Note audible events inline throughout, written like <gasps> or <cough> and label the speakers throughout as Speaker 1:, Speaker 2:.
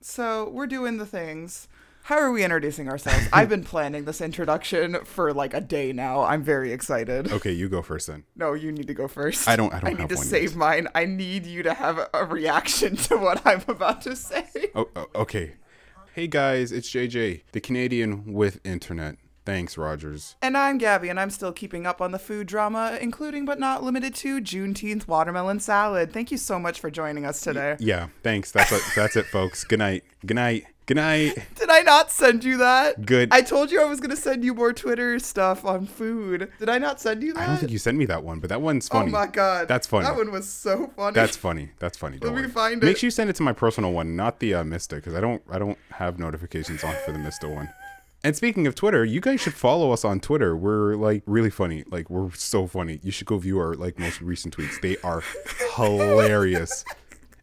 Speaker 1: So we're doing the things. How are we introducing ourselves? I've been planning this introduction for like a day now. I'm very excited.
Speaker 2: Okay, you go first then.
Speaker 1: No, you need to go first.
Speaker 2: Oh. I don't- I don't
Speaker 1: I need
Speaker 2: have
Speaker 1: to
Speaker 2: one
Speaker 1: save
Speaker 2: yet.
Speaker 1: mine. I need you to have a reaction <laughs> to what I'm about to say.
Speaker 2: Oh, oh, okay. Hey guys, it's JJ, the Canadian with internet. Thanks, Rogers.
Speaker 1: And I'm Gabby, and I'm still keeping up on the food drama, including but not limited to Juneteenth watermelon salad. Thank you so much for joining us today.
Speaker 2: Yeah, thanks. That's it. That's it, folks. Good night. Good night. Good night.
Speaker 1: Did I not send you that?
Speaker 2: Good.
Speaker 1: I told you I was going to send you more Twitter stuff on food. Did I not send you that?
Speaker 2: I don't think you sent me that one, but that one's
Speaker 1: Oh
Speaker 2: funny.
Speaker 1: my god.
Speaker 2: That's funny.
Speaker 1: That one was so funny.
Speaker 2: That's funny. That's funny. Don't
Speaker 1: Let me
Speaker 2: worry.
Speaker 1: find
Speaker 2: Make
Speaker 1: it.
Speaker 2: sure you send it to my personal one, not the uh, Mista, because I don't I don't have notifications on for the Mista one. And speaking of Twitter, you guys should follow us on Twitter. We're like really funny. Like we're so funny. You should go view our like most recent tweets. They are hilarious.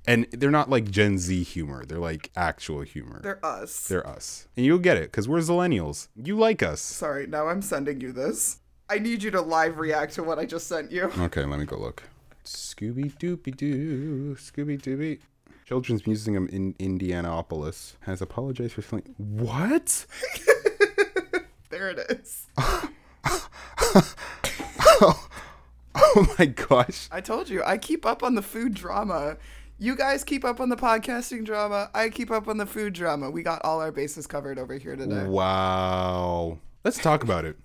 Speaker 2: And they're not like Gen Z humor. They're like actual humor. They're,
Speaker 1: <laughs> They're us.
Speaker 2: us. And you'll get it because we're millennials. You like us.
Speaker 1: Sorry, now I'm sending you this. I need you to live react to what I just sent you. <laughs>
Speaker 2: Okay, let me go look. Scooby Dooby Doo, Scooby Dooby. Children's Museum in Indianapolis has apologized for selling. What? <laughs>
Speaker 1: There it is.
Speaker 2: Oh my gosh.
Speaker 1: I told you, I keep up on the food drama. You guys keep up on the podcasting drama. I keep up on the food drama. We got all our bases covered over here today.
Speaker 2: Wow. Let's talk about it.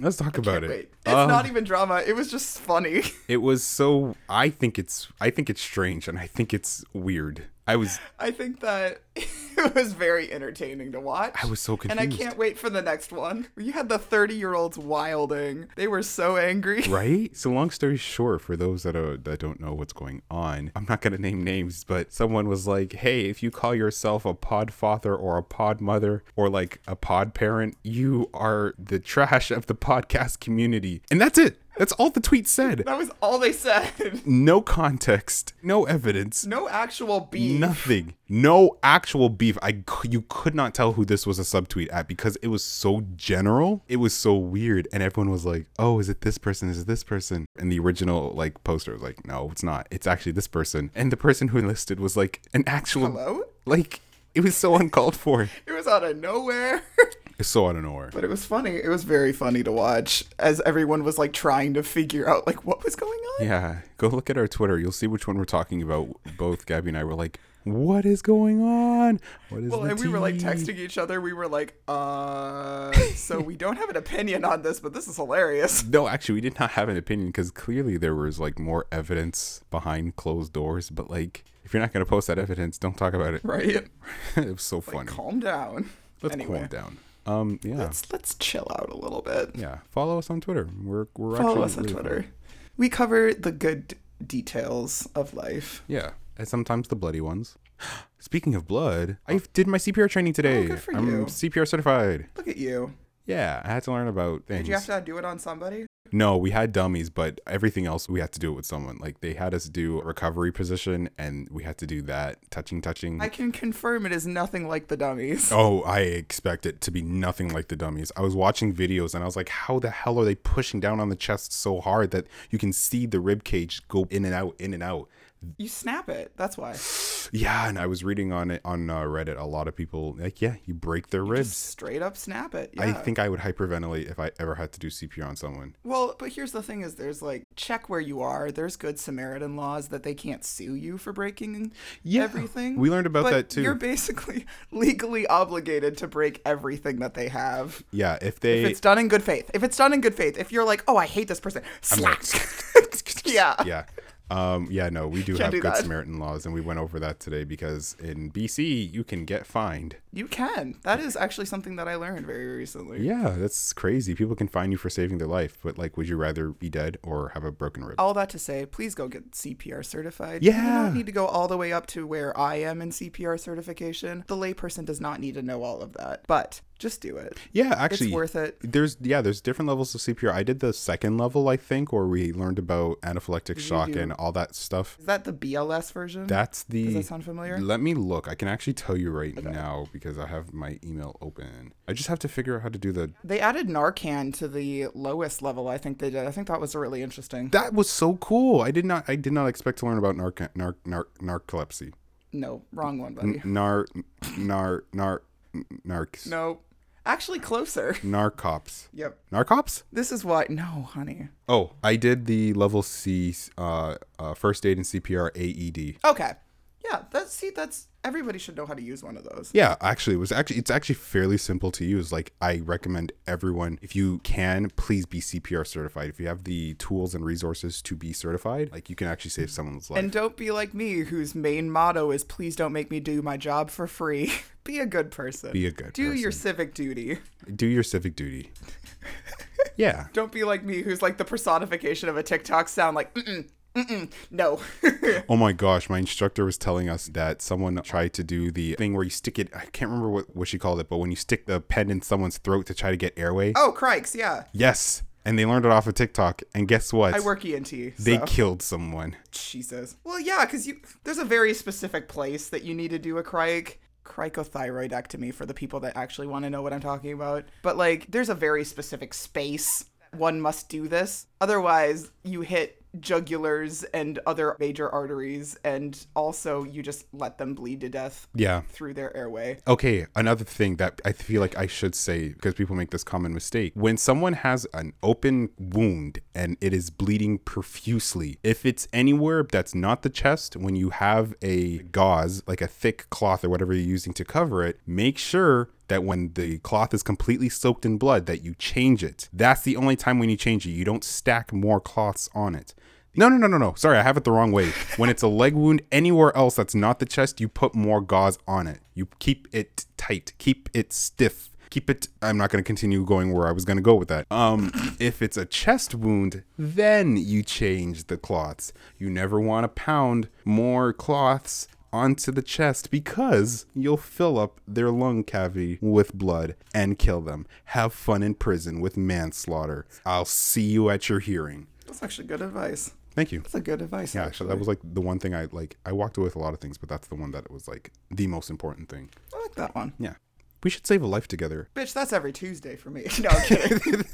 Speaker 2: Let's talk about it.
Speaker 1: Wait, it's
Speaker 2: Um,
Speaker 1: not even drama. It was just funny. <laughs>
Speaker 2: it was so. I think it's. I think it's strange, and I think it's weird. I was.
Speaker 1: I think that <laughs> it was very entertaining to watch.
Speaker 2: I was so confused.
Speaker 1: And I can't wait for the next one. You had the 30 year olds wilding. They were so angry. <laughs>
Speaker 2: right? So long story short, for those that are, that don't know what's going on, I'm not gonna name names, but someone was like, "Hey, if you call yourself a pod father or a pod mother or like a pod parent, you are the trash of the podcast community," and that's it. That's all the tweet said.
Speaker 1: <laughs> That was all they said. <laughs>
Speaker 2: No context, no evidence,
Speaker 1: No actual beef.
Speaker 2: nothing, no actual beef. I c- you could not tell who this was a subtweet at because it was so general. It was so weird, and everyone was like, "Oh, is it this person? Is it this person?" And the original like poster was like, "No, it's not. It's actually this person." And the person who enlisted was like an actual
Speaker 1: Hello?
Speaker 2: like. It was so uncalled for.
Speaker 1: It was out of nowhere. <laughs>
Speaker 2: It's so out of nowhere.
Speaker 1: but it was funny. It was very funny to watch as everyone was like trying to figure out like what was going on.
Speaker 2: Yeah, go look at our Twitter. You'll see which one we're talking about. Both Gabby and I were like, "What is going on? What is?"
Speaker 1: Well,
Speaker 2: the
Speaker 1: and we were like
Speaker 2: tea?"
Speaker 1: texting each other. We were like,
Speaker 2: <laughs>
Speaker 1: uh, so we don't have an opinion on this, but this is hilarious. <laughs>
Speaker 2: No, actually, we did not have an opinion because clearly there was like more evidence behind closed doors. But like, if you're not going to post that evidence, don't talk about it. <laughs>
Speaker 1: Right?
Speaker 2: it was so funny.
Speaker 1: Calm down.
Speaker 2: Let's
Speaker 1: anyway,
Speaker 2: calm down. Um, yeah,
Speaker 1: let's let's chill out a little bit.
Speaker 2: yeah. Follow us on Twitter. We're we're
Speaker 1: Follow
Speaker 2: actually
Speaker 1: us on
Speaker 2: really
Speaker 1: Twitter.
Speaker 2: funny.
Speaker 1: We cover the good details of life.
Speaker 2: Yeah, and sometimes the bloody ones. <gasps> Speaking of blood, I did my CPR training today.
Speaker 1: Oh. good for
Speaker 2: I'm
Speaker 1: you.
Speaker 2: CPR certified.
Speaker 1: Look at you.
Speaker 2: Yeah, I had to learn about things.
Speaker 1: Did you have to do it on somebody?
Speaker 2: No, we had dummies, but everything else we had to do it with someone. Like they had us do a recovery position, and we had to do that touching, touching.
Speaker 1: I can confirm it is nothing like the dummies.
Speaker 2: Oh, I expect it to be nothing like the dummies. I was watching videos and I was like, how the hell are they pushing down on the chest so hard that you can see the rib cage go in and out, in and out?
Speaker 1: You snap it. That's why.
Speaker 2: Yeah, and I was reading on it on uh, Reddit. A lot of people like, yeah, you break their ribs.
Speaker 1: Straight up snap it. Yeah.
Speaker 2: I think I would hyperventilate if I ever had to do CPR on someone.
Speaker 1: Well, but here's the thing: is there's like check where you are. There's good Samaritan laws that they can't sue you for breaking
Speaker 2: Yeah,
Speaker 1: everything.
Speaker 2: we learned about
Speaker 1: But
Speaker 2: that too.
Speaker 1: You're basically <laughs> legally obligated to break everything that they have.
Speaker 2: Yeah, if they,
Speaker 1: If it's done in good faith. If it's done in good faith. If you're like, oh, I hate this person. Slap. <laughs> yeah.
Speaker 2: <laughs> yeah. Um, yeah, no, we do have
Speaker 1: do
Speaker 2: good
Speaker 1: that.
Speaker 2: Samaritan laws, and we went over that today because in BC you can get fined.
Speaker 1: You can. That is actually something that I learned very recently.
Speaker 2: Yeah, that's crazy. People can find you for saving their life, but like, would you rather be dead or have a broken rib?
Speaker 1: All that to say, please go get CPR certified. You
Speaker 2: Yeah.
Speaker 1: don't need to go all the way up to where I am in CPR certification. The layperson does not need to know all of that, but just do it.
Speaker 2: yeah, actually,
Speaker 1: worth it.
Speaker 2: There's yeah, there's different levels of CPR. I did the second level, I think, where we learned about anaphylactic shock
Speaker 1: do-
Speaker 2: and all that stuff.
Speaker 1: Is that the BLS version?
Speaker 2: That's the.
Speaker 1: Does that sound familiar?
Speaker 2: Let me look. I can actually tell you right now because I have my email open. I just have to figure out how to do the.
Speaker 1: They added Narcan to the lowest level, I think they did. I think that was really interesting.
Speaker 2: That was so cool. I did not. I did not expect to learn about narc narc narc narcolepsy.
Speaker 1: No, wrong one, buddy.
Speaker 2: Nar, nar, nar, narcs.
Speaker 1: Nope. Actually, closer. <laughs>
Speaker 2: Narcops.
Speaker 1: Yep.
Speaker 2: Narcops?
Speaker 1: This is why. No, honey.
Speaker 2: Oh, I did the level C uh, uh, first aid and CPR AED.
Speaker 1: Okay. Yeah. That's see. That's everybody should know how to use one of those.
Speaker 2: Yeah, actually, it was actually it's actually fairly simple to use. Like I recommend everyone, if you can, please be CPR certified. If you have the tools and resources to be certified, like you can actually save someone's life.
Speaker 1: And don't be like me, whose main motto is "Please don't make me do my job for free." <laughs> be a good person.
Speaker 2: Be a good
Speaker 1: Do your
Speaker 2: person.
Speaker 1: civic duty.
Speaker 2: Do your
Speaker 1: <laughs>
Speaker 2: civic duty. yeah.
Speaker 1: Don't be like me, who's like the personification of a TikTok sound. Like, mm-mm, mm-mm, no. <laughs>
Speaker 2: Oh my gosh, my instructor was telling us that someone tried to do the thing where you stick it. I can't remember what, what she called it, but when you stick the pen in someone's throat to try to get airway.
Speaker 1: oh, crikes! Yeah.
Speaker 2: Yes. And they learned it off of TikTok. And guess what?
Speaker 1: I work ENT. So.
Speaker 2: they killed someone.
Speaker 1: Jesus. Well, yeah, because you there's a very specific place that you need to do a crike cricothyroidectomy for the people that actually want to know what I'm talking about. But like, there's a very specific space one must do this. Otherwise, you hit jugulars and other major arteries, and also you just let them bleed to death
Speaker 2: Yeah.
Speaker 1: through their airway.
Speaker 2: Okay, another thing that I feel like I should say because people make this common mistake. When someone has an open wound and it is bleeding profusely, if it's anywhere that's not the chest, when you have a gauze, like a thick cloth or whatever you're using to cover it, make sure that when the cloth is completely soaked in blood that you change it. That's the only time when you change it. You don't stack more cloths on it. No, no, no, no, no. Sorry, I have it the wrong way. When it's a leg wound anywhere else that's not the chest, you put more gauze on it. You keep it tight, keep it stiff. Keep it I'm not going to continue going where I was going to go with that. Um if it's a chest wound, then you change the cloths. You never want to pound more cloths onto the chest because you'll fill up their lung cavity with blood and kill them. Have fun in prison with manslaughter. I'll see you at your hearing.
Speaker 1: That's actually good advice.
Speaker 2: Thank you.
Speaker 1: That's a good advice.
Speaker 2: Yeah,
Speaker 1: actually.
Speaker 2: actually, that was like the one thing I like. I walked away with a lot of things, but that's the one that was like the most important thing.
Speaker 1: I like that one.
Speaker 2: Yeah, we should save a life together.
Speaker 1: Bitch, that's every Tuesday for me. <laughs> No, I'm kidding.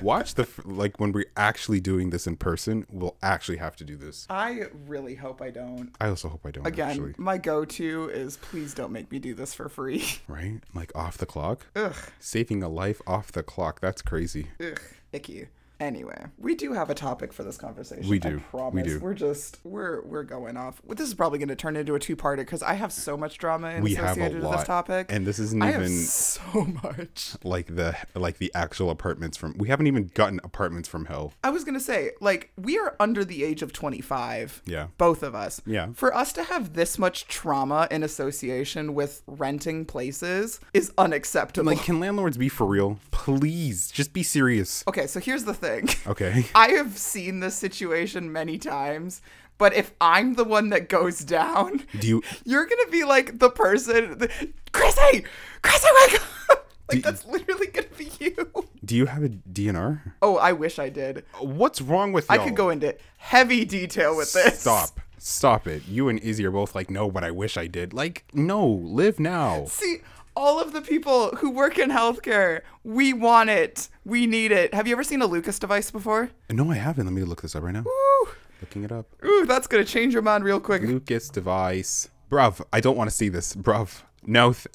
Speaker 2: Watch the f- like when we're actually doing this in person, we'll actually have to do this.
Speaker 1: I really hope I don't.
Speaker 2: I also hope I don't
Speaker 1: Again,
Speaker 2: actually.
Speaker 1: my go-to is please don't make me do this for free. <laughs>
Speaker 2: Right? Like off the clock,
Speaker 1: Ugh,
Speaker 2: saving a life off the clock. That's crazy.
Speaker 1: ugh, icky. Anyway, we do have a topic for this conversation.
Speaker 2: We
Speaker 1: I
Speaker 2: do. We
Speaker 1: promise.
Speaker 2: do.
Speaker 1: We're just we're we're going off. Well, this is probably going to turn into a two-parter because I have so much drama and
Speaker 2: We have a
Speaker 1: associated with
Speaker 2: lot,
Speaker 1: this topic.
Speaker 2: and this isn't
Speaker 1: I have
Speaker 2: even
Speaker 1: so much.
Speaker 2: like the like the actual apartments from. We haven't even gotten apartments from hell.
Speaker 1: I was gonna say, like, we are under the age of twenty-five.
Speaker 2: Yeah.
Speaker 1: both of us.
Speaker 2: Yeah.
Speaker 1: For us to have this much trauma in association with renting places is unacceptable.
Speaker 2: Like, can landlords be for real? Please, just be serious.
Speaker 1: okay, so here's the thing. <laughs>
Speaker 2: Okay.
Speaker 1: I have seen this situation many times, but if I'm the one that goes down,
Speaker 2: Do you
Speaker 1: <laughs> you're gonna be like the person, the, Chrissy, Chrissy, wake up! <laughs> Like
Speaker 2: Do-
Speaker 1: that's literally gonna be you. <laughs>
Speaker 2: Do you have a DNR?
Speaker 1: Oh, I wish I did.
Speaker 2: What's wrong with
Speaker 1: I
Speaker 2: y'all?
Speaker 1: could go into heavy detail with this.
Speaker 2: Stop. Stop it. You and Izzy are both like, no, but I wish I did. Like, no, live now.
Speaker 1: See, all of the people who work in healthcare, we want it. We need it. Have you ever seen a Lucas device before?
Speaker 2: No, I haven't. Let me look this up right now.
Speaker 1: Ooh,
Speaker 2: Looking it up.
Speaker 1: ooh, that's gonna change your mind real quick.
Speaker 2: Lucas device. Bruv, I don't want to see this. Bruv. No. Th-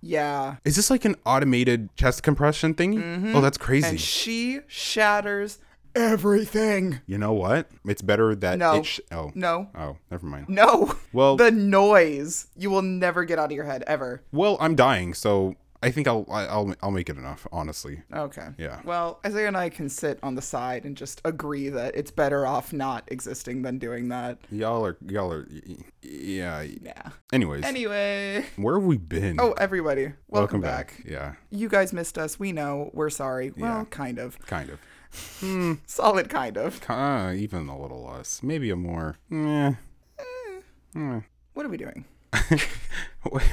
Speaker 1: Yeah.
Speaker 2: Is this like an automated chest compression thingy? Oh, that's crazy.
Speaker 1: Mm-hmm. And she shatters everything.
Speaker 2: you know what? It's better that
Speaker 1: No.
Speaker 2: it sh- oh.
Speaker 1: No.
Speaker 2: Oh, never mind.
Speaker 1: No.
Speaker 2: Well-
Speaker 1: the noise you will never get out of your head ever.
Speaker 2: Well, I'm dying, so I think I'll I- I'll I'll make it enough, honestly.
Speaker 1: Okay.
Speaker 2: Yeah.
Speaker 1: Well, Isaiah and I can sit on the side and just agree that it's better off not existing than doing that.
Speaker 2: Y'all are y'all are y- y- yeah.
Speaker 1: Yeah.
Speaker 2: Anyways,
Speaker 1: Anyway.
Speaker 2: where have we been?
Speaker 1: Oh, everybody, welcome,
Speaker 2: Welcome
Speaker 1: back.
Speaker 2: back. Yeah,
Speaker 1: You guys missed us. We know. We're sorry. Well, kind of.
Speaker 2: kind of.
Speaker 1: Solid kind of.
Speaker 2: Ki- Uh, even a little less. Maybe a more. Meh. <laughs>
Speaker 1: What are we doing?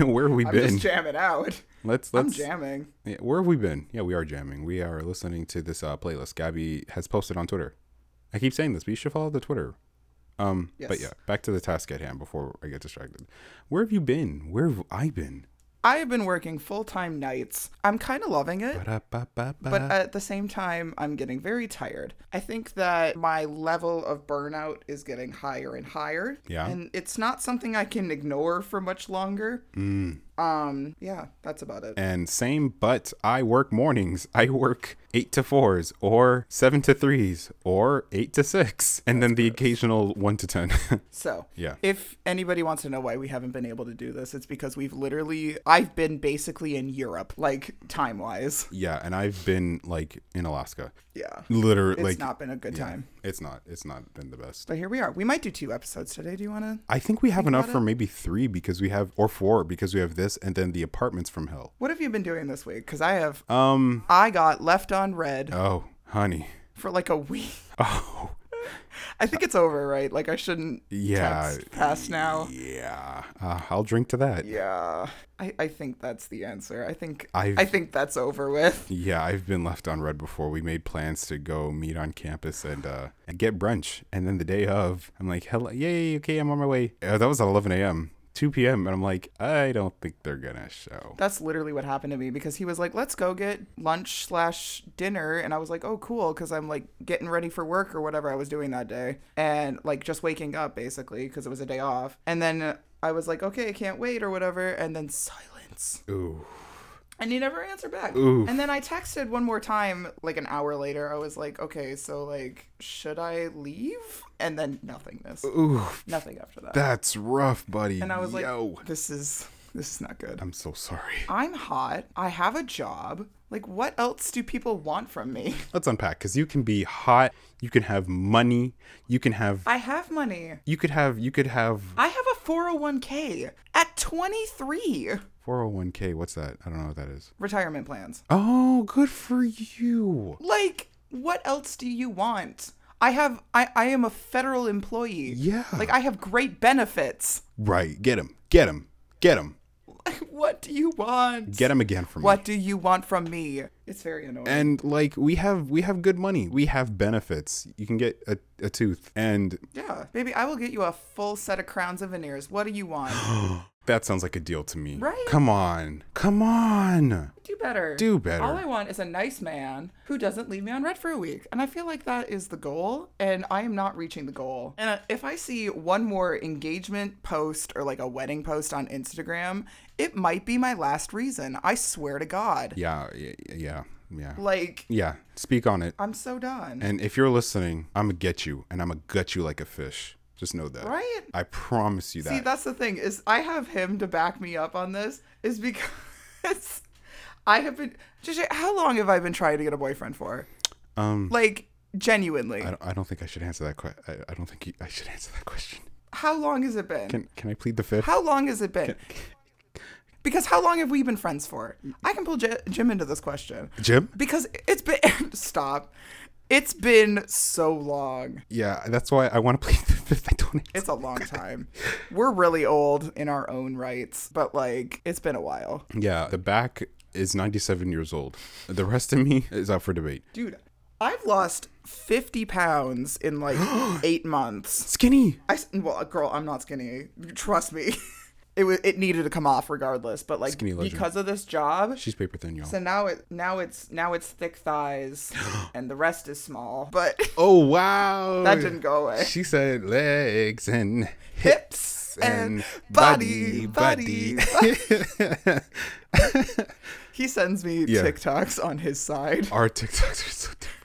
Speaker 2: where have we
Speaker 1: I'm
Speaker 2: been?
Speaker 1: just jamming out.
Speaker 2: let's
Speaker 1: I'm
Speaker 2: let's.
Speaker 1: jamming.
Speaker 2: yeah, where have we been? Yeah, we are jamming. We are listening to this uh, playlist Gabby has posted on Twitter. I keep saying this, but you should follow the Twitter. Um, but
Speaker 1: Yes.
Speaker 2: yeah, back to the task at hand before I get distracted. Where have you been? Where have I been?
Speaker 1: I have been working full time nights. I'm kind of loving it. But
Speaker 2: Ba-da-ba-ba-ba.
Speaker 1: at the same time, I'm getting very tired. I think that my level of burnout is getting higher and higher.
Speaker 2: Yeah.
Speaker 1: And it's not something I can ignore for much longer. Um, yeah, that's about it.
Speaker 2: Mm. and same, but I work mornings. <laughs> I work eight to fours or seven to threes or eight to six, and then the occasional one to ten. <laughs>
Speaker 1: So,
Speaker 2: Yeah.
Speaker 1: if anybody wants to know why we haven't been able to do this, it's because we've literally, I've been basically in Europe, like time wise.
Speaker 2: yeah, and I've been like in Alaska,
Speaker 1: <laughs> Yeah.
Speaker 2: literally.
Speaker 1: It's
Speaker 2: like,
Speaker 1: not been a good
Speaker 2: yeah,
Speaker 1: time.
Speaker 2: It's not. It's not been the best.
Speaker 1: But here we are. We might do two episodes today. Do you want to?
Speaker 2: I think we have enough for maybe three because we have, or four because we have this, and then the apartments from hell.
Speaker 1: What have you been doing this week? Because I have,
Speaker 2: Um.
Speaker 1: I got left on red
Speaker 2: Oh, honey.
Speaker 1: for like a week.
Speaker 2: <laughs> Oh,
Speaker 1: I think it's over, right? Like I shouldn't
Speaker 2: Yeah.
Speaker 1: text pass now.
Speaker 2: yeah. Uh, I'll drink to that.
Speaker 1: Yeah. I, I think that's the answer. I think
Speaker 2: I've-
Speaker 1: I think that's over with.
Speaker 2: Yeah, I've been left on red before. We made plans to go meet on campus and uh, and get brunch, and then the day of, I'm like, "Hello, yay, okay, I'm on my way." Uh, that was at 11 a.m., 2 p.m., and I'm like, I don't think they're gonna show.
Speaker 1: That's literally what happened to me because he was like, "Let's go get lunch slash dinner," and I was like, "Oh, cool," because I'm like getting ready for work or whatever I was doing that day, and like just waking up basically because it was a day off. And then I was like, "Okay, I can't wait" or whatever, and then silence.
Speaker 2: Ooh,
Speaker 1: And he never answered back.
Speaker 2: Oof.
Speaker 1: And then I texted one more time, like an hour later. I was like, okay, so like, should I leave? And then nothingness.
Speaker 2: ooh,
Speaker 1: Nothing after that.
Speaker 2: that's rough, buddy.
Speaker 1: and I was like,
Speaker 2: Yo.
Speaker 1: this is this is not good.
Speaker 2: I'm so sorry.
Speaker 1: I'm hot. I have a job. Like, what else do people want from me? <laughs>
Speaker 2: Let's unpack because you can be hot, you can have money, you can have,
Speaker 1: I have money.
Speaker 2: you could have, you could have
Speaker 1: I have a 401k at 23.
Speaker 2: 401k. What's that? I don't know what that is.
Speaker 1: Retirement plans.
Speaker 2: Oh, good for you.
Speaker 1: Like, what else do you want? I have I, I am a federal employee.
Speaker 2: Yeah.
Speaker 1: Like I have great benefits.
Speaker 2: Right. Get him. Get him. Get him.
Speaker 1: what do you want?
Speaker 2: Get him again from me.
Speaker 1: what do you want from me? It's very annoying.
Speaker 2: And like we have we have good money. We have benefits. You can get a, a tooth. And
Speaker 1: yeah, baby, I will get you a full set of crowns and veneers. What do you want?
Speaker 2: <gasps> that sounds like a deal to me.
Speaker 1: Right?
Speaker 2: Come on. Come on.
Speaker 1: do better.
Speaker 2: Do better.
Speaker 1: All I want is a nice man who doesn't leave me on red for a week. And I feel like that is the goal, and I am not reaching the goal. And uh, if I see one more engagement post or like a wedding post on Instagram, it might be my last reason. I swear to God.
Speaker 2: Yeah, y- yeah, yeah.
Speaker 1: Like,
Speaker 2: Yeah. Speak on it.
Speaker 1: I'm so done.
Speaker 2: And if you're listening, I'm gonna get you and I'm gonna gut you like a fish. Just know that.
Speaker 1: right?
Speaker 2: I promise you that.
Speaker 1: See, that's the thing is I have him to back me up on this is because <laughs> I have been JJ, how long have I been trying to get a boyfriend for?
Speaker 2: um
Speaker 1: Like genuinely.
Speaker 2: I don't, I don't think I should answer that question. I, I don't think you, I should answer that question.
Speaker 1: How long has it been?
Speaker 2: Can can I plead the fifth?
Speaker 1: how long has it been? Because how long have we been friends for? I can pull J- Jim into this question.
Speaker 2: Jim?
Speaker 1: Because it's been <laughs> stop. It's been so long.
Speaker 2: Yeah, that's why I want to plead the fifth. <laughs> I don't
Speaker 1: It's a long
Speaker 2: <laughs>
Speaker 1: time. We're really old in our own rights, but like it's been a while.
Speaker 2: Yeah, the back is 97 years old. The rest of me is up for debate.
Speaker 1: Dude, I've lost 50 pounds in <gasps> like eight months.
Speaker 2: Skinny.
Speaker 1: I, s- well, girl, I'm not skinny. Trust me. <laughs> It was, it needed to come off regardless, but like
Speaker 2: Skinny legend.
Speaker 1: because of this job.
Speaker 2: She's paper thin, y'all.
Speaker 1: So now it now it's now it's thick <gasps> thighs and the rest is small, but
Speaker 2: Oh wow.
Speaker 1: that didn't go away.
Speaker 2: She said legs and
Speaker 1: <laughs> Hips <laughs> and, body, body. <laughs> He sends me
Speaker 2: Yeah.
Speaker 1: TikToks on his side.
Speaker 2: <laughs> Our TikToks are so different.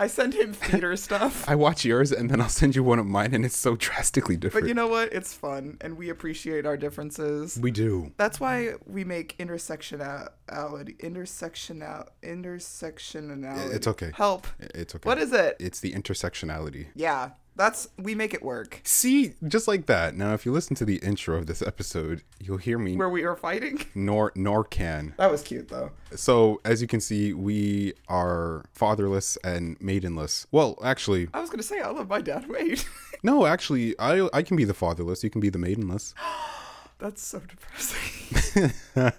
Speaker 1: I send him theater <laughs> stuff.
Speaker 2: I watch yours and then I'll send you one of mine and it's so drastically different.
Speaker 1: But you know what? It's fun and we appreciate our differences.
Speaker 2: we do.
Speaker 1: That's why we make intersectionality, intersectional, intersectionality.
Speaker 2: It's okay.
Speaker 1: Help.
Speaker 2: It's okay.
Speaker 1: What is it?
Speaker 2: It's the intersectionality.
Speaker 1: Yeah, that's we make it work.
Speaker 2: See, just like that. Now, if you listen to the intro of this episode, you'll hear me
Speaker 1: Where we are fighting. <laughs>
Speaker 2: nor nor can.
Speaker 1: That was cute though.
Speaker 2: So, as you can see, we are fatherless and maidenless. Well, actually,
Speaker 1: I was gonna say I love my dad. <laughs> Wait,
Speaker 2: no, actually, I I can be the fatherless. You can be the maidenless.
Speaker 1: that's so depressing.
Speaker 2: I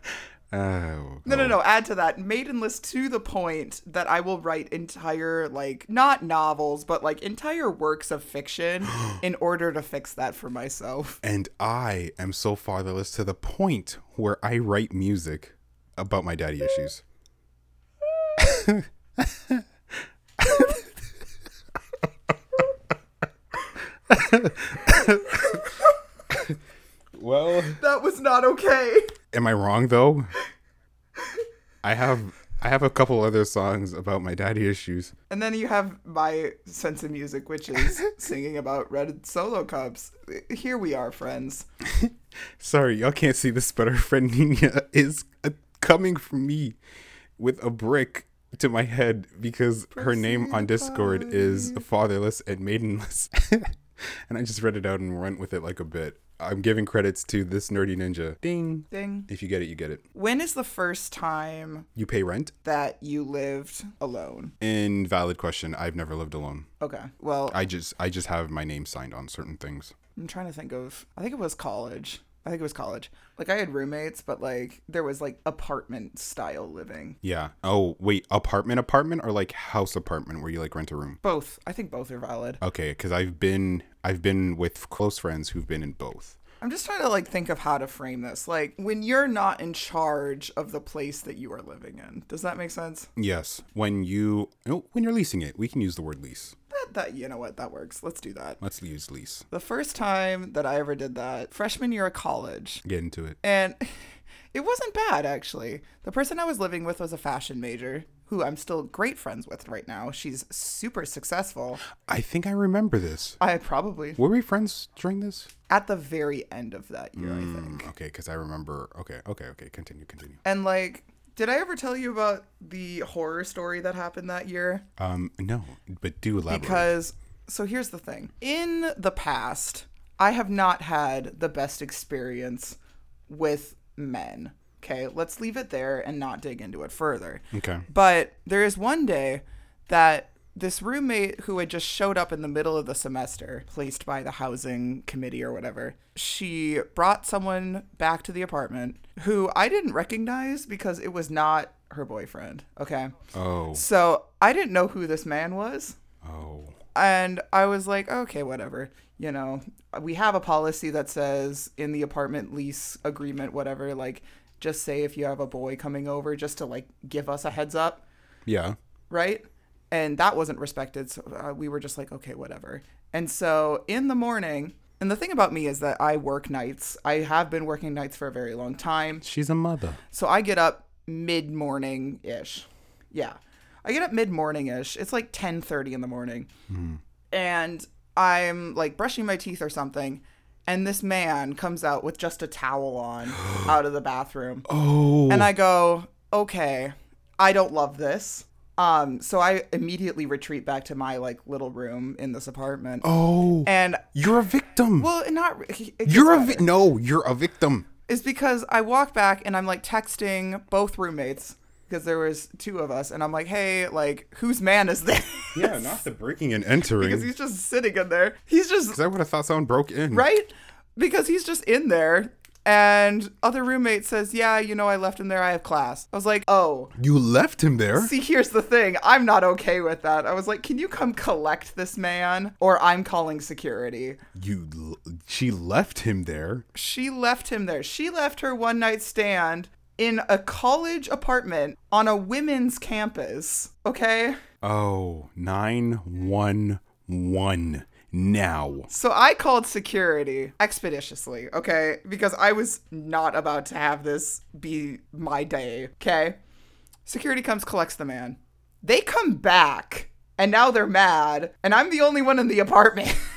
Speaker 1: <laughs>
Speaker 2: Oh,
Speaker 1: No, no, no. Add to that maidenless to the point that I will write entire, like, not novels, but like entire works of
Speaker 2: <gasps>
Speaker 1: fiction in order to fix that for myself.
Speaker 2: And I am so fatherless to the point where I write music about my daddy issues. <laughs> well,
Speaker 1: That was not okay.
Speaker 2: am I wrong though? I have I have a couple other songs about my daddy issues.
Speaker 1: And then you have my sense of music, which is singing about red solo cups. Here we are, friends.
Speaker 2: Sorry, y'all can't see this, but our friend Nina is uh, coming for me with a brick to my head because her name on Discord is fatherless and maidenless. <laughs> and I just read it out and went with it like a bit. I'm giving credits to this nerdy ninja. Ding.
Speaker 1: Ding.
Speaker 2: If you get it, you get it.
Speaker 1: When is the first time
Speaker 2: You pay rent?
Speaker 1: that you lived alone?
Speaker 2: Invalid question. I've never lived alone.
Speaker 1: Okay. Well,
Speaker 2: I just I just have my name signed on certain things.
Speaker 1: I'm trying to think of. I think it was college. I think it was college. Like I had roommates, but like there was like apartment style living.
Speaker 2: Yeah. Oh, wait, apartment apartment or like house apartment where you like rent a room?
Speaker 1: Both. I think both are valid.
Speaker 2: Okay, because I've been I've been with close friends who've been in both.
Speaker 1: I'm just trying to like think of how to frame this. Like when you're not in charge of the place that you are living in. Does that make sense?
Speaker 2: Yes, when you no, when you're leasing it, we can use the word lease.
Speaker 1: That that you know what that works. Let's do that.
Speaker 2: Let's use lease.
Speaker 1: The first time that I ever did that, freshman year of college,
Speaker 2: Get into it.
Speaker 1: and <laughs> it wasn't bad actually. The person I was living with was a fashion major who I'm still great friends with right now. She's super successful.
Speaker 2: I think I remember this.
Speaker 1: I probably
Speaker 2: Were we friends during this?
Speaker 1: at the very end of that year, I think.
Speaker 2: Mm, okay, because I remember. Okay, okay, okay. Continue, continue.
Speaker 1: And like, did I ever tell you about the horror story that happened that year?
Speaker 2: Um, no, but do elaborate.
Speaker 1: Because so here's the thing. In the past, I have not had the best experience with men. Okay, let's leave it there and not dig into it further.
Speaker 2: okay.
Speaker 1: But there is one day that this roommate who had just showed up in the middle of the semester, placed by the housing committee or whatever, she brought someone back to the apartment who I didn't recognize because it was not her boyfriend. Okay.
Speaker 2: Oh,
Speaker 1: So I didn't know who this man was.
Speaker 2: oh.
Speaker 1: And I was like, okay, whatever. You know, we have a policy that says in the apartment lease agreement, whatever, like, just say if you have a boy coming over, just to like give us a heads up
Speaker 2: Yeah.
Speaker 1: right? And that wasn't respected. So uh, we were just like, okay, whatever. And so in the morning, and the thing about me is that I work nights. I have been working nights for a very long time.
Speaker 2: She's a mother.
Speaker 1: So I get up mid morning ish. Yeah. I get up mid morning ish. It's like ten thirty in the morning.
Speaker 2: Hmm.
Speaker 1: And I'm like brushing my teeth or something. And this man comes out with just a towel
Speaker 2: <gasps>
Speaker 1: on out of the bathroom
Speaker 2: Oh.
Speaker 1: and I go, okay, I don't love this. Um, so I immediately retreat back to my like little room in this apartment,
Speaker 2: oh.
Speaker 1: and
Speaker 2: you're a victim.
Speaker 1: well, not it gets
Speaker 2: you're a
Speaker 1: better.
Speaker 2: vi- no. You're a victim.
Speaker 1: It's because I walk back and I'm like texting both roommates because there was two of us, and I'm like, hey, like whose man is this?
Speaker 2: Yeah, not the breaking
Speaker 1: <laughs>
Speaker 2: and entering.
Speaker 1: because
Speaker 2: <laughs>
Speaker 1: he's just sitting in there. He's just
Speaker 2: Because I would have thought someone broke in.
Speaker 1: right? Because he's just in there. And other roommate says, Yeah, you know, I left him there. I have class. I was like, Oh,
Speaker 2: You left him there.
Speaker 1: See, here's the thing. I'm not okay with that. I was like, can you come collect this man? Or I'm calling security.
Speaker 2: You, l- she left him there.
Speaker 1: She left him there. She left her one night stand in a college apartment on a women's campus. Okay?
Speaker 2: Oh, nine one one now.
Speaker 1: So I called security expeditiously. Okay? Because I was not about to have this be my day. Okay? Security comes, collects the man. They come back. And now they're mad, and I'm the only one in the apartment. <laughs>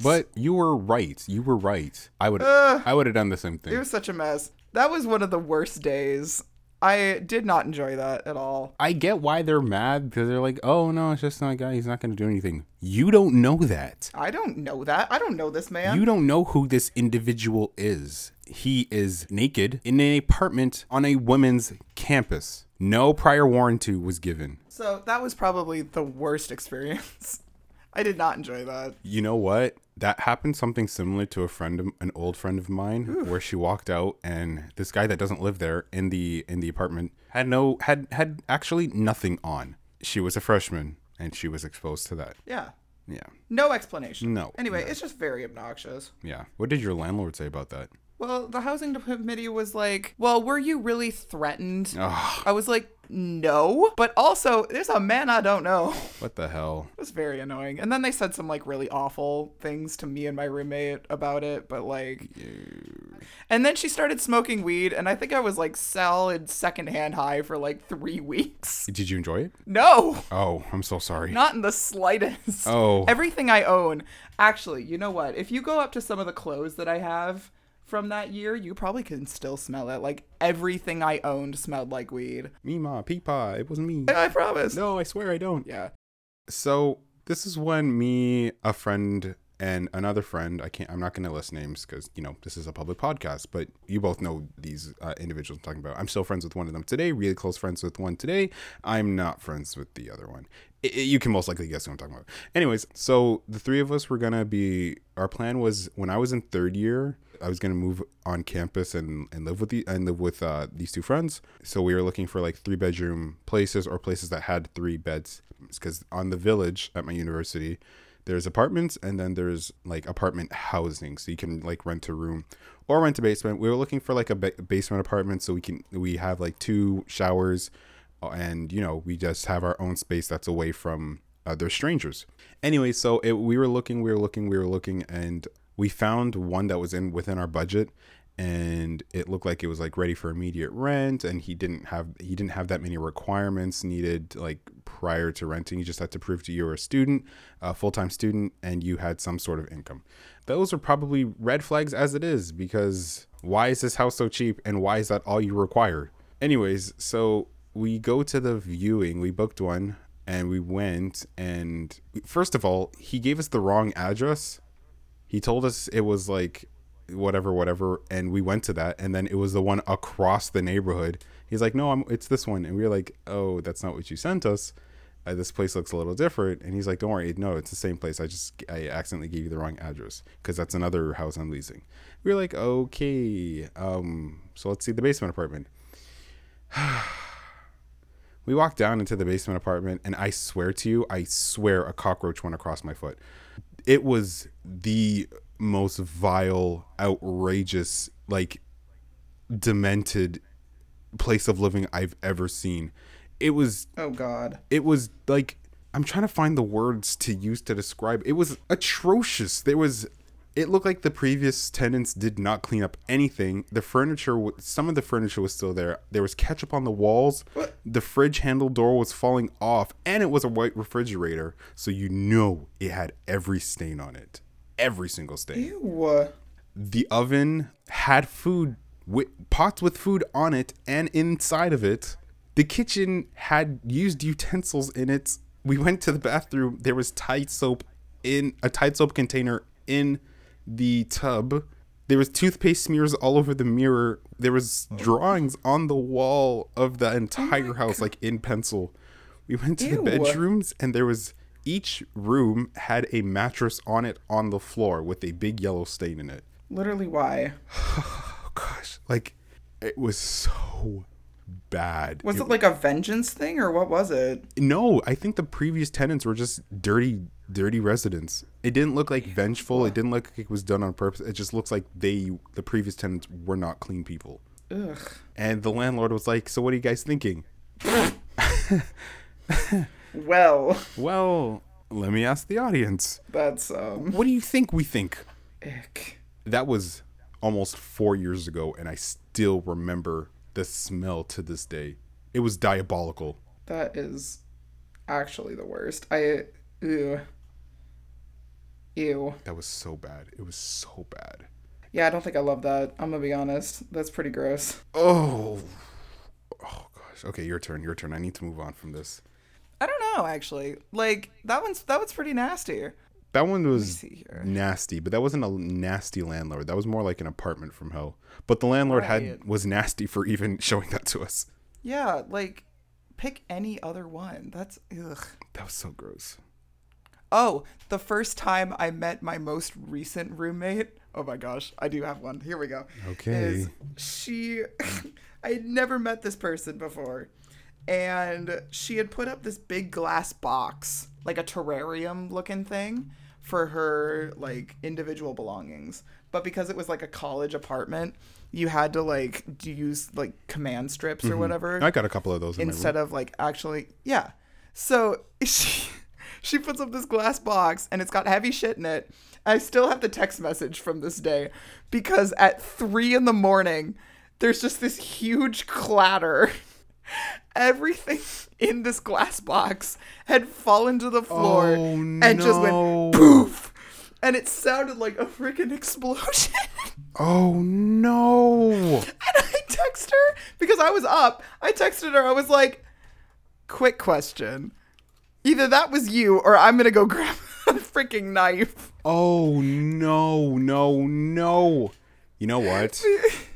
Speaker 2: But you were right. You were right. I would. I would have done the same
Speaker 1: It
Speaker 2: thing.
Speaker 1: was such a mess. That was one of the worst days. I did not enjoy that at all.
Speaker 2: I get why they're mad because they're like, oh no, it's just not a guy. He's not going to do anything. You don't know that.
Speaker 1: I don't know that. I don't know this man.
Speaker 2: You don't know who this individual is. He is naked in an apartment on a women's campus. No prior warranty was given.
Speaker 1: so that was probably the worst experience. <laughs> I did not enjoy that.
Speaker 2: You know what? That happened something similar to a friend, of, an old friend of mine, where she walked out, and this guy that doesn't live there in the in the apartment had no had had actually nothing on. She was a freshman, and she was exposed to that.
Speaker 1: Yeah.
Speaker 2: Yeah,
Speaker 1: No explanation.
Speaker 2: No,
Speaker 1: Anyway, it's just very obnoxious.
Speaker 2: yeah. What did your landlord say about that?
Speaker 1: Well, the housing committee was like, "Well, were you really threatened?"
Speaker 2: Ugh,
Speaker 1: I was like, "No," but also, there's a man I don't know. <laughs>
Speaker 2: what the hell?
Speaker 1: It was very annoying. And then they said some like really awful things to me and my roommate about it, but like And then she started smoking weed and I think I was like solid secondhand high for like three <laughs> weeks.
Speaker 2: Did you enjoy it?
Speaker 1: No.
Speaker 2: Oh, I'm so sorry.
Speaker 1: Not in the slightest.
Speaker 2: Oh.
Speaker 1: Everything I own. Actually, you know what? If you go up to some of the clothes that I have from that year, you probably can still smell it. Like everything I owned smelled like weed.
Speaker 2: Me, ma, peepa. It wasn't me.
Speaker 1: I I promise.
Speaker 2: No, I swear I don't.
Speaker 1: Yeah.
Speaker 2: So this is when me, a friend, and another friend. I can't. I'm not going to list names because you know this is a public podcast. But you both know these uh, individuals I'm talking about. I'm still friends with one of them today. Really close friends with one today. I'm not friends with the other one. I- I- you can most likely guess who I'm talking about. Anyways, so the three of us were gonna be. Our plan was when I was in third year. I was gonna move on campus and, and live with the and live with uh, these two friends. So we were looking for like three bedroom places or places that had three beds because on the village at my university, there's apartments and then there's like apartment housing, so you can like rent a room or rent a basement. We were looking for like a ba- basement apartment so we can we have like two showers uh, and you know we just have our own space that's away from other strangers. Anyway, so it, we were looking, we were looking, we were looking, and we found one that was in within our budget, and it looked like it was like ready for immediate rent, and he didn't have he didn't have that many requirements needed like prior to renting. You just had to prove to you were a student, a full time student, and you had some sort of income. Those are probably red flags as it is because why is this house so cheap and why is that all you require? Anyways, so we go to the viewing. We booked one and we went. And first of all, he gave us the wrong address. He told us it was like whatever, whatever. And we went to that. And then it was the one across the neighborhood. He's like, no, I'm, it's this one. And we were like, oh, that's not what you sent us. Uh, this place looks a little different. And he's like, don't worry. No, it's the same place. I just, I accidentally gave you the wrong address because that's another house I'm leasing. We were like, okay. Um, so let's see the basement apartment. <sighs> We walked down into the basement apartment, and I swear to you, I swear a cockroach went across my foot. It was the most vile, outrageous, like demented place of living I've ever seen. It was
Speaker 1: Oh god.
Speaker 2: it was like I'm trying to find the words to use to describe. It was atrocious. There was it looked like the previous tenants did not clean up anything. The furniture wa- some of the furniture was still there. There was ketchup on the walls. The fridge handle door was falling off and it was a white refrigerator, so you know it had every stain on it. Every single stain
Speaker 1: Ew.
Speaker 2: the oven had food with pots with food on it and inside of it the kitchen had used utensils in it we went to the bathroom there was tide soap in a tide soap container in the tub there was toothpaste smears all over the mirror there was drawings on the wall of the entire house like in pencil we went to the
Speaker 1: Ew.
Speaker 2: bedrooms and there was each room had a mattress on it on the floor with a big yellow stain in it
Speaker 1: Literally why?
Speaker 2: oh gosh like it was so bad
Speaker 1: Was it like a vengeance thing or what was it?
Speaker 2: no i think the previous tenants were just dirty dirty residents it didn't look like vengeful it didn't look like it was done on purpose it just looks like they the previous tenants were not clean people
Speaker 1: Ugh.
Speaker 2: and the landlord was like so what are you guys thinking
Speaker 1: Well, <laughs>
Speaker 2: well let me ask the audience
Speaker 1: that's um
Speaker 2: what do you think we think
Speaker 1: ick.
Speaker 2: that was almost four years ago and i still remember the smell to this day it was diabolical
Speaker 1: That is actually the worst. I ew. Ew.
Speaker 2: That was so bad. It was so bad.
Speaker 1: Yeah, I don't think I love that. I'm gonna be honest. That's pretty gross.
Speaker 2: Oh. Oh gosh. Okay, your turn. Your turn. I need to move on from this.
Speaker 1: I don't know actually. Like that one's that one's pretty nasty.
Speaker 2: That one was
Speaker 1: see here.
Speaker 2: nasty, but that wasn't a nasty landlord. That was more like an apartment from hell. But the landlord had
Speaker 1: Right.
Speaker 2: was nasty for even <laughs> showing that to us.
Speaker 1: Yeah, like pick any other one. That's ugh.
Speaker 2: That was so gross.
Speaker 1: Oh, the first time I met my most recent roommate. Oh my gosh, I do have one. Here we go.
Speaker 2: Okay.
Speaker 1: Is she <laughs> I had never met this person before. And she had put up this big glass box, like a terrarium looking thing for her like individual belongings. But because it was like a college apartment, you had to like d- use like command strips or whatever
Speaker 2: Mm-hmm. I got a couple of those in
Speaker 1: instead of like actually yeah so <laughs> she she puts up this glass box and it's got heavy shit in it i still have the text message from this day because at three in the morning there's just this huge clatter <laughs> everything in this glass box had fallen to the floor
Speaker 2: Oh,
Speaker 1: and just
Speaker 2: no.
Speaker 1: went poof and it sounded like a freaking <laughs> explosion
Speaker 2: my room. Oh no!
Speaker 1: <laughs> And I text her because I was up. I texted her. I was like, quick question. Either that was you or I'm going to go <laughs> grab a freaking knife. <laughs>
Speaker 2: Oh no! No! No! You
Speaker 1: <laughs>
Speaker 2: know what?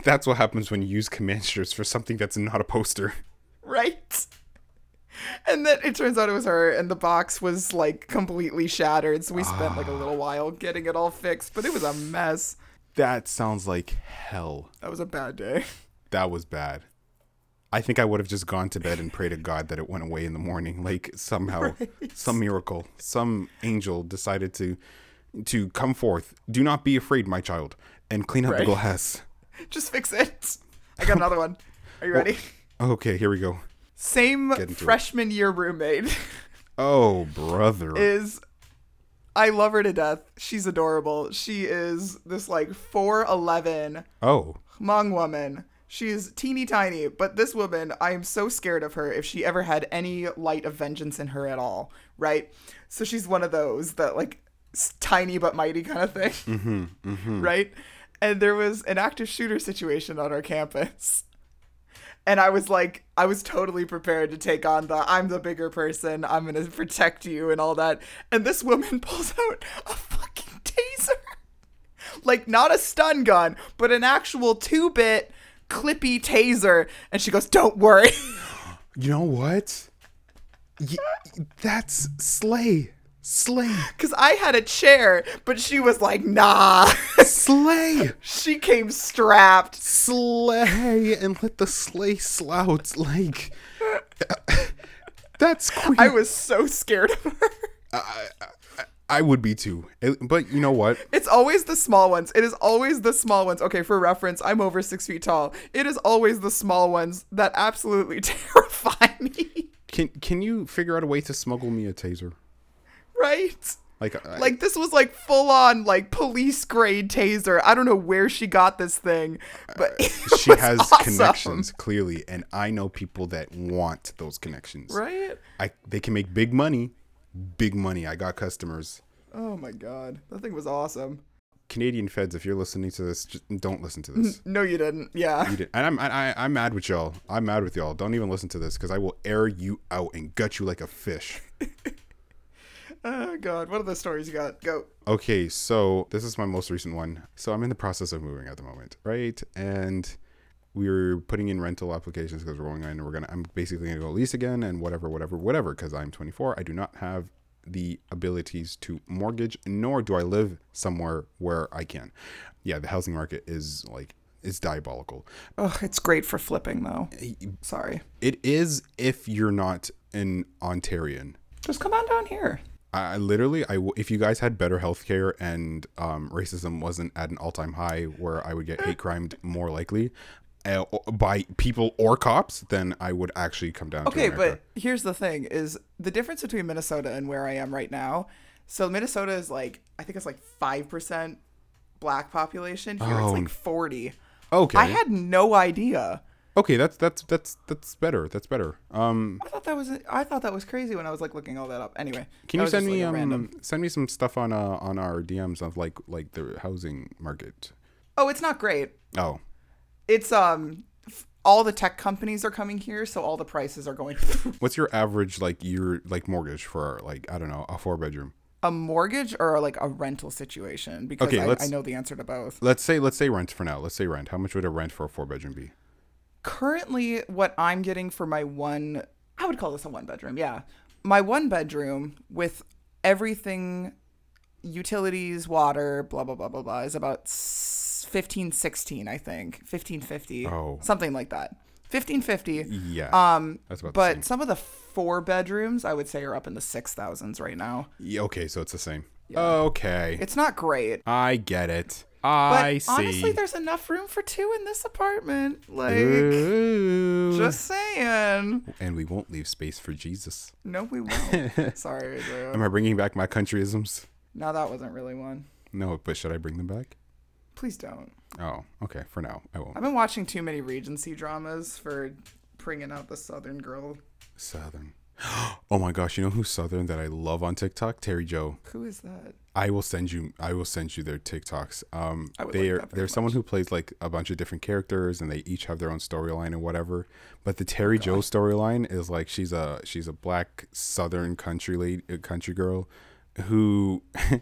Speaker 2: That's what happens when you use command strips for something that's not a poster.
Speaker 1: Right? And then it turns out it was her, and the box was like completely shattered. So we spent like a little while getting it all fixed, but it was a mess.
Speaker 2: That sounds like hell.
Speaker 1: That was a bad day. <laughs>
Speaker 2: That was bad. I think I would have just gone to bed and prayed to God that it went away in the morning. <laughs> Like somehow, some miracle, some angel decided to to come forth. Do not be afraid, my child, and clean up the
Speaker 1: Right.
Speaker 2: glass.
Speaker 1: Just fix it. I got another one. Are you ready?
Speaker 2: Okay, here we go.
Speaker 1: Same
Speaker 2: into it.
Speaker 1: freshman year roommate. <laughs>
Speaker 2: Oh, brother.
Speaker 1: is I love her to death. She's adorable. She is this like 4'11
Speaker 2: oh,
Speaker 1: Hmong woman. She's teeny tiny, but this woman, I am so scared of her if she ever had any light of vengeance in her at all, right? So she's one of those that like s- tiny but mighty kind of thing, <laughs> right? And there was an active shooter situation on our campus. And I was like, I was totally prepared to take on the I'm the bigger person, I'm gonna protect you and all that. And this woman <laughs> pulls out a fucking taser like not a stun gun, but an actual two bit clippy taser. And she goes, Don't worry. <laughs>
Speaker 2: you know what? Y- that's slay, slay,
Speaker 1: Because I had a chair, but she was like, Nah. <laughs>
Speaker 2: slay,
Speaker 1: she came strapped.
Speaker 2: slay, and let the slay slouts like. <laughs> That's creepy.
Speaker 1: I was so scared of her. <laughs>
Speaker 2: I would be too. It- But you know what?
Speaker 1: It's always the small ones. It is always the small ones. Okay, for reference, I'm over six feet tall. It is always the small ones that absolutely <laughs> terrify me, <laughs>
Speaker 2: Can can you figure out a way to smuggle me a taser?
Speaker 1: right?
Speaker 2: Like uh, I-
Speaker 1: Like <laughs> this was like full on like police grade taser. I don't know where she got this thing, but <laughs> it
Speaker 2: she
Speaker 1: was
Speaker 2: has
Speaker 1: awesome.
Speaker 2: connections clearly, and I know people that want those connections.
Speaker 1: right?
Speaker 2: I they can make big money, big money. I got customers.
Speaker 1: Oh my god, that thing was awesome.
Speaker 2: Canadian feds, if you're listening to this, just don't listen to this.
Speaker 1: <laughs> No, you didn't. Yeah,
Speaker 2: You did- And I'm I, I- I'm mad with y'all. I'm mad with y'all. Don't even listen to this because I will air you out and gut you like a fish.
Speaker 1: <laughs> oh god, what are the stories you got? Go.
Speaker 2: Okay, so this is my most recent one. So I'm in the process of moving at the moment, right? And we're putting in rental applications because we're going in. We're gonna. I'm basically gonna go lease again and whatever, whatever, whatever. Because I'm 24, I do not have the abilities to mortgage, nor do I live somewhere where I can. Yeah, the housing market is like is diabolical.
Speaker 1: Oh, it's great for flipping though. Sorry,
Speaker 2: It is if you're not an Ontarian.
Speaker 1: just come on down here.
Speaker 2: I I literally, I w- if you guys had better healthcare and um, racism wasn't at an all-time high, where I would get hate crimed more likely uh, o- by people or cops, then I would actually come down.
Speaker 1: Okay,
Speaker 2: to America.
Speaker 1: but here's the thing: is the difference between Minnesota and where I am right now. So Minnesota is like I think it's like five percent black population. Here
Speaker 2: Oh.
Speaker 1: it's like forty.
Speaker 2: okay,
Speaker 1: I had no idea.
Speaker 2: okay, that's that's that's that's better. That's better. Um,
Speaker 1: I thought that was I thought that was crazy when I was like looking all that up. Anyway, that
Speaker 2: can you
Speaker 1: was
Speaker 2: send
Speaker 1: just,
Speaker 2: me
Speaker 1: like, a
Speaker 2: um send me some stuff on uh on our DMs of like like the housing market?
Speaker 1: Oh, it's not great.
Speaker 2: Oh,
Speaker 1: It's um f- all the tech companies are coming here, so all the prices are going. <laughs>
Speaker 2: what's your average like year like mortgage for like I don't know a four bedroom?
Speaker 1: a mortgage or like a rental situation because
Speaker 2: Okay,
Speaker 1: I,
Speaker 2: let's-
Speaker 1: I know the answer to both.
Speaker 2: Let's say let's say rent for now. Let's say rent. How much would a rent for a four bedroom be?
Speaker 1: Currently, what I'm getting for my one, I would call this a one bedroom. Yeah, my one bedroom with everything utilities, water, blah blah blah blah blah is about s- 1516, I think. 1550.
Speaker 2: Oh.
Speaker 1: Something like that. 1550.
Speaker 2: Yeah.
Speaker 1: Um
Speaker 2: That's about the same.
Speaker 1: but some of the four bedrooms I would say are up in the 6000s right now.
Speaker 2: Yeah, okay, so it's the same. Okay.
Speaker 1: It's not great.
Speaker 2: I get it.
Speaker 1: But
Speaker 2: I see.
Speaker 1: honestly there's enough room for two in this apartment. Like
Speaker 2: Ooh.
Speaker 1: just saying.
Speaker 2: and we won't leave space for Jesus.
Speaker 1: No,
Speaker 2: <laughs>
Speaker 1: we won't. Sorry. Isaiah.
Speaker 2: Am I bringing back my countryisms?
Speaker 1: No, that wasn't really one.
Speaker 2: No, but should I bring them back?
Speaker 1: Please don't.
Speaker 2: Oh, okay. For now, I won't.
Speaker 1: I've been watching too many Regency dramas for bringing out the Southern girl.
Speaker 2: Southern. <gasps> Oh my gosh, you know who's Southern that I love on TikTok? Terry Joe.
Speaker 1: Who is that?
Speaker 2: I will send you. I will send you their TikToks. Um,
Speaker 1: I would like
Speaker 2: they are
Speaker 1: that very
Speaker 2: there's someone who plays like a bunch of different characters, and they each have their own storyline and whatever. But the Terry Joe storyline is like she's a she's a black Southern country lady, uh, country girl, who. <laughs>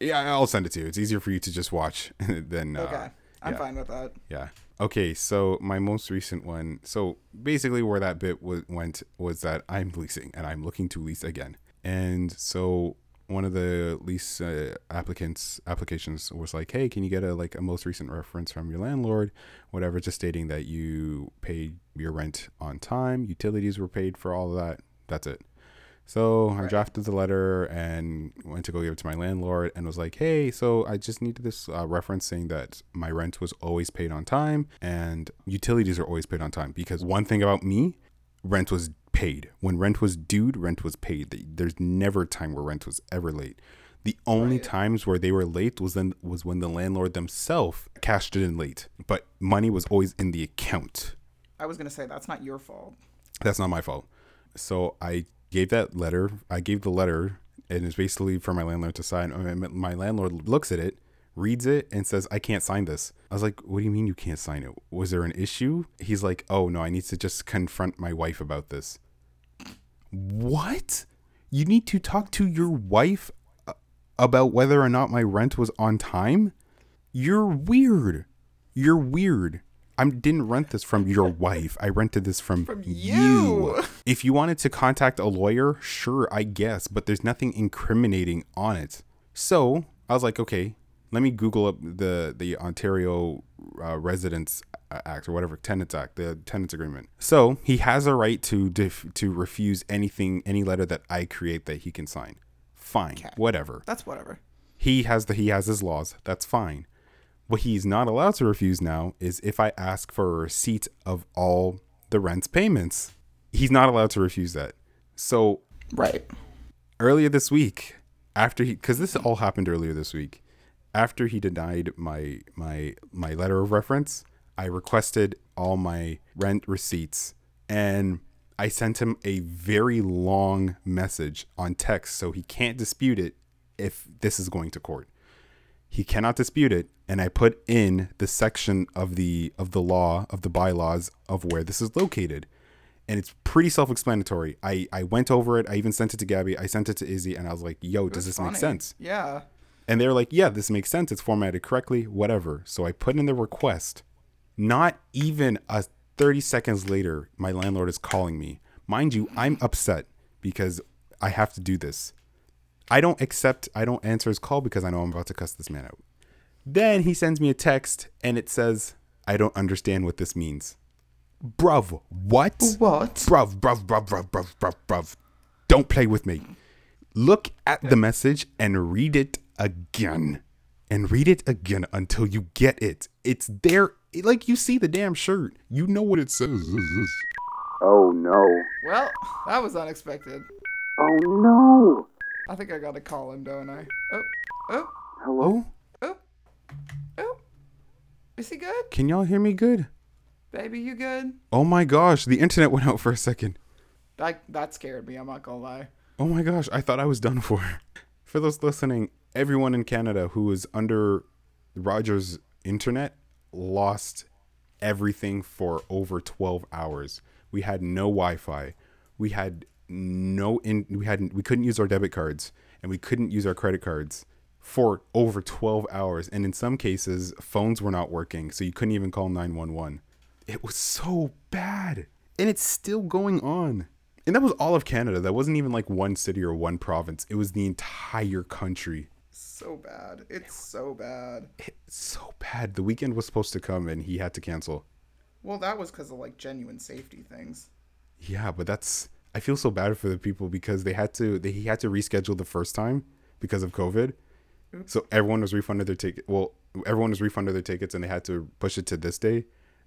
Speaker 2: yeah, I'll send it to you. It's easier for you to just watch <laughs> than. Uh,
Speaker 1: Okay. I'm
Speaker 2: yeah.
Speaker 1: fine with that.
Speaker 2: Yeah. Okay, so my most recent one. So basically, where that bit w- went was that I'm leasing and I'm looking to lease again. And so one of the lease uh, applicants applications was like, "Hey, can you get a like a most recent reference from your landlord, whatever, just stating that you paid your rent on time, utilities were paid for all of that. That's it." So I drafted the letter and went to go give it to my landlord and was like, hey, so I just needed this uh, reference saying that my rent was always paid on time and utilities are always paid on time. Because one thing about me, rent was paid. When rent was due, rent was paid. Th- There's never a time where rent was ever late. The only times where they were late was then was when the landlord themselves cashed it in late, but money was always in the account
Speaker 1: I was gonna say that's not your fault.
Speaker 2: that's not my fault. So I gave that letter. I gave the letter, and it's basically for my landlord to sign. I mean, My landlord looks at it, reads it, and says, "I can't sign this." I was like, "What do you mean you can't sign it? Was there an issue?" He's like, "Oh no, I need to just confront my wife about this." What? You need to talk to your wife uh, about whether or not my rent was on time? You're weird. You're weird. I didn't rent this from your wife. I rented this from,
Speaker 1: you.
Speaker 2: If you wanted to contact a lawyer, sure, I guess, but there's nothing incriminating on it. So I was like, okay, let me Google up the the Ontario uh, Residents Act or whatever Tenants Act, the Tenants Agreement. So he has a right to def- to refuse anything, any letter that I create that he can sign. Fine, whatever
Speaker 1: That's whatever.
Speaker 2: he has the he has his laws that's fine what he's not allowed to refuse now is if i ask for a receipt of all the rent's payments he's not allowed to refuse that so
Speaker 1: Right.
Speaker 2: earlier this week after he because this all happened earlier this week after he denied my my my letter of reference i requested all my rent receipts and i sent him a very long message on text so he can't dispute it if this is going to court he cannot dispute it and i put in the section of the of the law of the bylaws of where this is located and it's pretty self-explanatory i i went over it i even sent it to gabby i sent it to izzy and i was like yo does this make
Speaker 1: Funny.
Speaker 2: sense
Speaker 1: Yeah.
Speaker 2: and they're like yeah this makes sense it's formatted correctly whatever so i put in the request not even a 30 seconds later my landlord is calling me mind you i'm upset because i have to do this I don't accept, I don't answer his call because I know I'm about to cuss this man out. Then he sends me a text and it says, I don't understand what this means. Bruv, what?
Speaker 1: What?
Speaker 2: Bruv, bruv, bruv, bruv, bruv, bruv, bruv. Don't play with me. Look at the message and read it again. And read it again until you get it. It's there. It- like you see the damn shirt. You know what it says.
Speaker 3: Oh no.
Speaker 1: Well, that was unexpected.
Speaker 3: Oh no.
Speaker 1: I think I gotta call him, don't I? Oh, oh,
Speaker 2: Hello?
Speaker 1: oh, oh. Is he good?
Speaker 2: Can y'all hear me good?
Speaker 1: Baby, you good?
Speaker 2: Oh my gosh, the internet went out for a second.
Speaker 1: That that scared me. I'm not gonna lie.
Speaker 2: Oh my gosh, I thought I was done for. <laughs> For those listening, everyone in Canada who was under Roger's internet lost everything for over 12 hours. We had no Wi-Fi. We had no in we had we couldn't use our debit cards and we couldn't use our credit cards for over 12 hours and in some cases phones were not working so you couldn't even call 911. It was so bad and it's still going on. And that was all of Canada. That wasn't even like one city or one province. It was the entire country.
Speaker 1: So bad. It's so bad.
Speaker 2: It's so bad. The weekend was supposed to come and he had to cancel.
Speaker 1: Well, that was because of like genuine safety things.
Speaker 2: Yeah, but that's I feel so bad for the people because they had to they, he had to reschedule the first time because of COVID. So everyone was refunded their ticket. Well, everyone was refunded their tickets and they had to push it to this day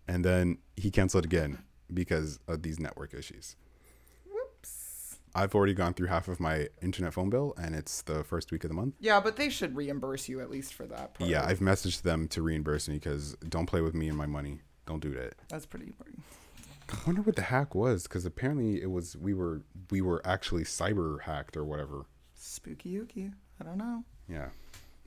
Speaker 2: and then he canceled again because of these network issues.
Speaker 1: Whoops.
Speaker 2: I've already gone through half of my internet phone bill and it's the first week of the month.
Speaker 1: Yeah, but they should reimburse you at least for that part.
Speaker 2: Yeah, I've messaged them to reimburse me because don't play with me and my money. Don't do that.
Speaker 1: That's pretty important.
Speaker 2: I wonder what the hack was because apparently it was we were we were actually cyber hacked or whatever.
Speaker 1: Spooky ooky. I don't know.
Speaker 2: Yeah,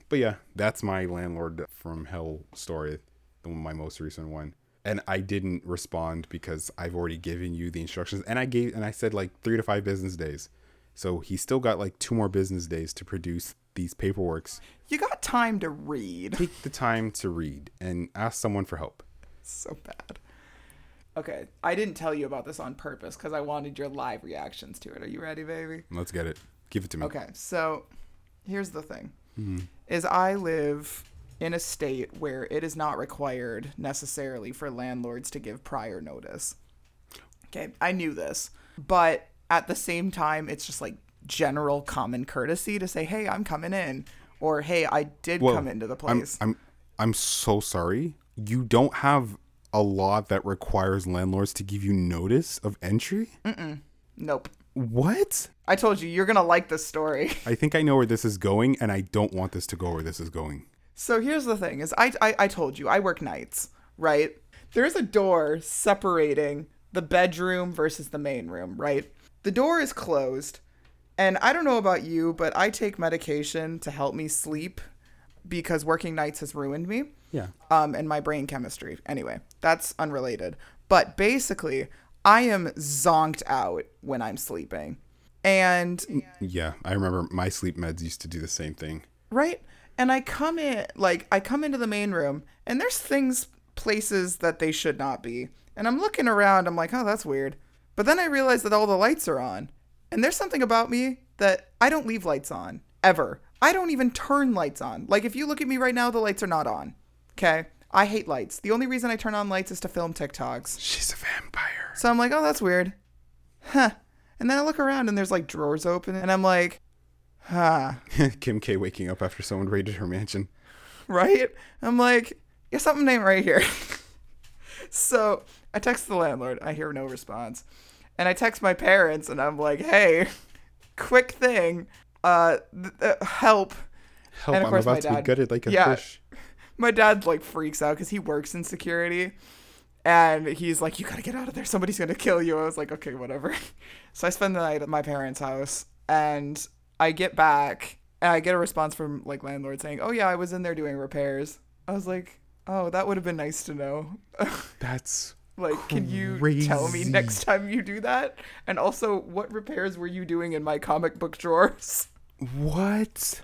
Speaker 2: but yeah, that's my landlord from hell story, the one- my most recent one. And I didn't respond because I've already given you the instructions, and I gave and I said like three to five business days. So he still got like two more business days to produce these paperworks.
Speaker 1: You got time to read.
Speaker 2: Take the time to read and ask someone for help.
Speaker 1: <laughs> so bad. Okay, I didn't tell you about this on purpose because I wanted your live reactions to it. Are you ready, baby?
Speaker 2: Let's get it. Give it to me.
Speaker 1: Okay, so here's the thing: is I live in a state where it is not required necessarily for landlords to give prior notice. Okay, I knew this, but at the same time, it's just like general common courtesy to say, "Hey, I'm coming in," or "Hey, I did
Speaker 2: Whoa,
Speaker 1: come into the
Speaker 2: I'm-
Speaker 1: place."
Speaker 2: I'm, I'm so sorry. You don't have a law that requires landlords to give you notice of entry?
Speaker 1: nope.
Speaker 2: What?
Speaker 1: I told you you're gonna like this story. <laughs>
Speaker 2: I think I know where this is going and I don't want this to go where this is going.
Speaker 1: So here's the thing: is I, I I told you I work nights, right? There's a door separating the bedroom versus the main room, right? The door is closed, and I don't know about you, but I take medication to help me sleep because working nights has ruined me.
Speaker 2: Yeah.
Speaker 1: Um, and my brain chemistry. Anyway, that's unrelated. But basically, I am zonked out when I'm sleeping, and
Speaker 2: Yeah, I remember my sleep meds used to do the same thing.
Speaker 1: right and i come in like i come into the main room and there's things places that they should not be and i'm looking around i'm like oh that's weird but then i realize that all the lights are on and there's something about me that i don't leave lights on ever i don't even turn lights on like if you look at me right now the lights are not on okay i hate lights the only reason i turn on lights is to film tiktoks
Speaker 2: She's a vampire. <laughs>
Speaker 1: so I'm like, oh, that's weird. Huh. And then I look around and there's like drawers open and I'm like, huh.
Speaker 2: Kim K waking up after someone raided her mansion.
Speaker 1: <laughs> right? I'm like, yeah, something ain't right here. <laughs> so I text the landlord. I hear no response. And I text my parents and I'm like, hey, <laughs> quick thing, uh, th- th- help.
Speaker 2: Help,
Speaker 1: and of
Speaker 2: I'm
Speaker 1: course my
Speaker 2: about to be
Speaker 1: dad-
Speaker 2: gutted like a
Speaker 1: yeah.
Speaker 2: fish.
Speaker 1: My dad like freaks out because he works in security. And he's like, you gotta get out of there. Somebody's gonna kill you. I was like, okay, whatever. <laughs> So I spend the night at my parents' house and I get back and I get a response from like landlord saying, oh yeah, I was in there doing repairs. I was like, oh, that would have been nice to know. <laughs>
Speaker 2: That's
Speaker 1: like, can you tell me
Speaker 2: Crazy.
Speaker 1: next time you do that? And also, what repairs were you doing in my comic book drawers? <laughs>
Speaker 2: what?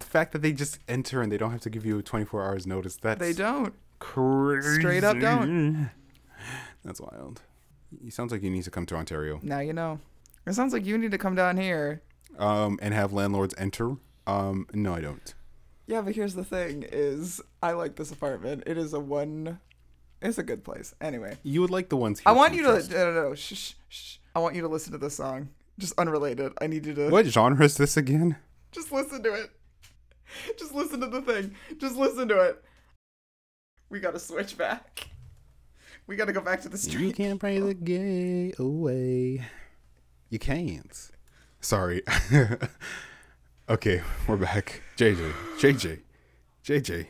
Speaker 2: the fact that they just enter and they don't have to give you 24 hours notice, that's
Speaker 1: They don't.
Speaker 2: Crazy.
Speaker 1: Straight up don't.
Speaker 2: That's wild. You sounds like you need to come to Ontario.
Speaker 1: Now you know. It sounds like you need to come down here
Speaker 2: Um, and have landlords enter. Um, no, I don't.
Speaker 1: Yeah, but here's the thing: is I like this apartment. It is a one. It's a good place. Anyway,
Speaker 2: You would like the ones. Here
Speaker 1: I want
Speaker 2: from
Speaker 1: you to no,
Speaker 2: first.
Speaker 1: no, no, shh, shh, shh. I want you to listen to this song. Just unrelated. I need you to
Speaker 2: What genre is this again?
Speaker 1: just listen to it. <laughs> Just listen to the thing. Just listen to it. We gotta switch back. We gotta go back to the
Speaker 2: You
Speaker 1: street.
Speaker 2: can't pray the gay away. You can't. Sorry. <laughs> okay, we're back. JJ, JJ, JJ.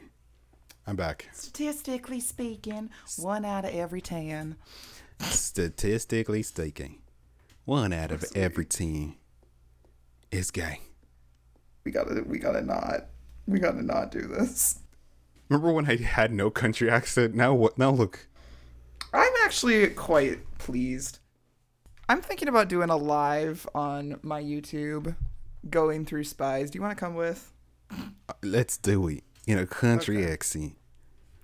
Speaker 2: I'm back.
Speaker 1: Statistically speaking, one out of every ten.
Speaker 2: Statistically speaking, one out of every ten is gay.
Speaker 1: We gotta. We gotta not. We gotta not do this.
Speaker 2: Remember when I had no country accent? Now what? Now look.
Speaker 1: I'm actually quite pleased. I'm thinking about doing a live on my YouTube going through spies. Do you want to come with?
Speaker 2: Let's do it in a country accent.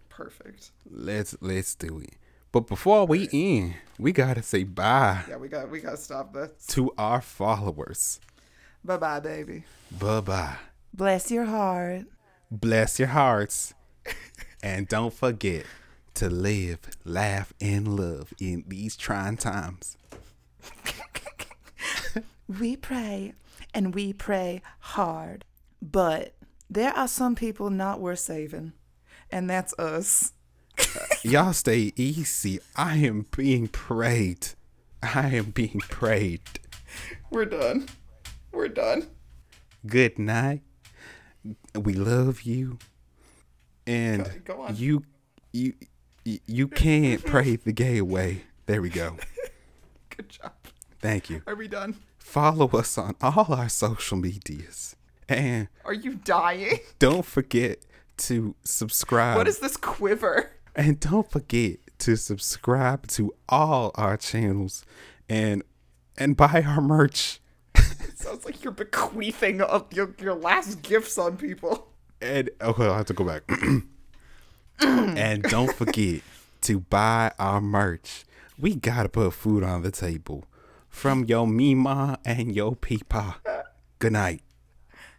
Speaker 1: Perfect.
Speaker 2: Let's let's do it. But before we end, we gotta say bye
Speaker 1: Yeah, we got we gotta stop this.
Speaker 2: to our followers.
Speaker 1: Bye bye, baby.
Speaker 2: Bye bye.
Speaker 1: Bless your heart. <laughs>
Speaker 2: Bless your hearts. And don't forget to live, laugh, and love in these trying times.
Speaker 1: We pray and we pray hard. But there are some people not worth saving, and that's us.
Speaker 2: Y'all stay easy. I am being prayed. I am being prayed.
Speaker 1: We're done. We're done.
Speaker 2: Good night. We love you. And
Speaker 1: Go- go on.
Speaker 2: you you you-
Speaker 1: <laughs>
Speaker 2: you can't pray the gay away. There we go.
Speaker 1: Good job.
Speaker 2: Thank you.
Speaker 1: Are we done?
Speaker 2: Follow us on all our social medias. And
Speaker 1: Are you dying?
Speaker 2: don't forget to subscribe.
Speaker 1: What is this quiver?
Speaker 2: And don't forget to subscribe to all our channels and and buy our merch.
Speaker 1: <laughs> Sounds like you're bequeathing up your, your last gifts on people.
Speaker 2: And okay, I'll have to go back. <clears throat> and don't forget to buy our merch. We gotta put food on the table. From your mima and your peepa. Good night.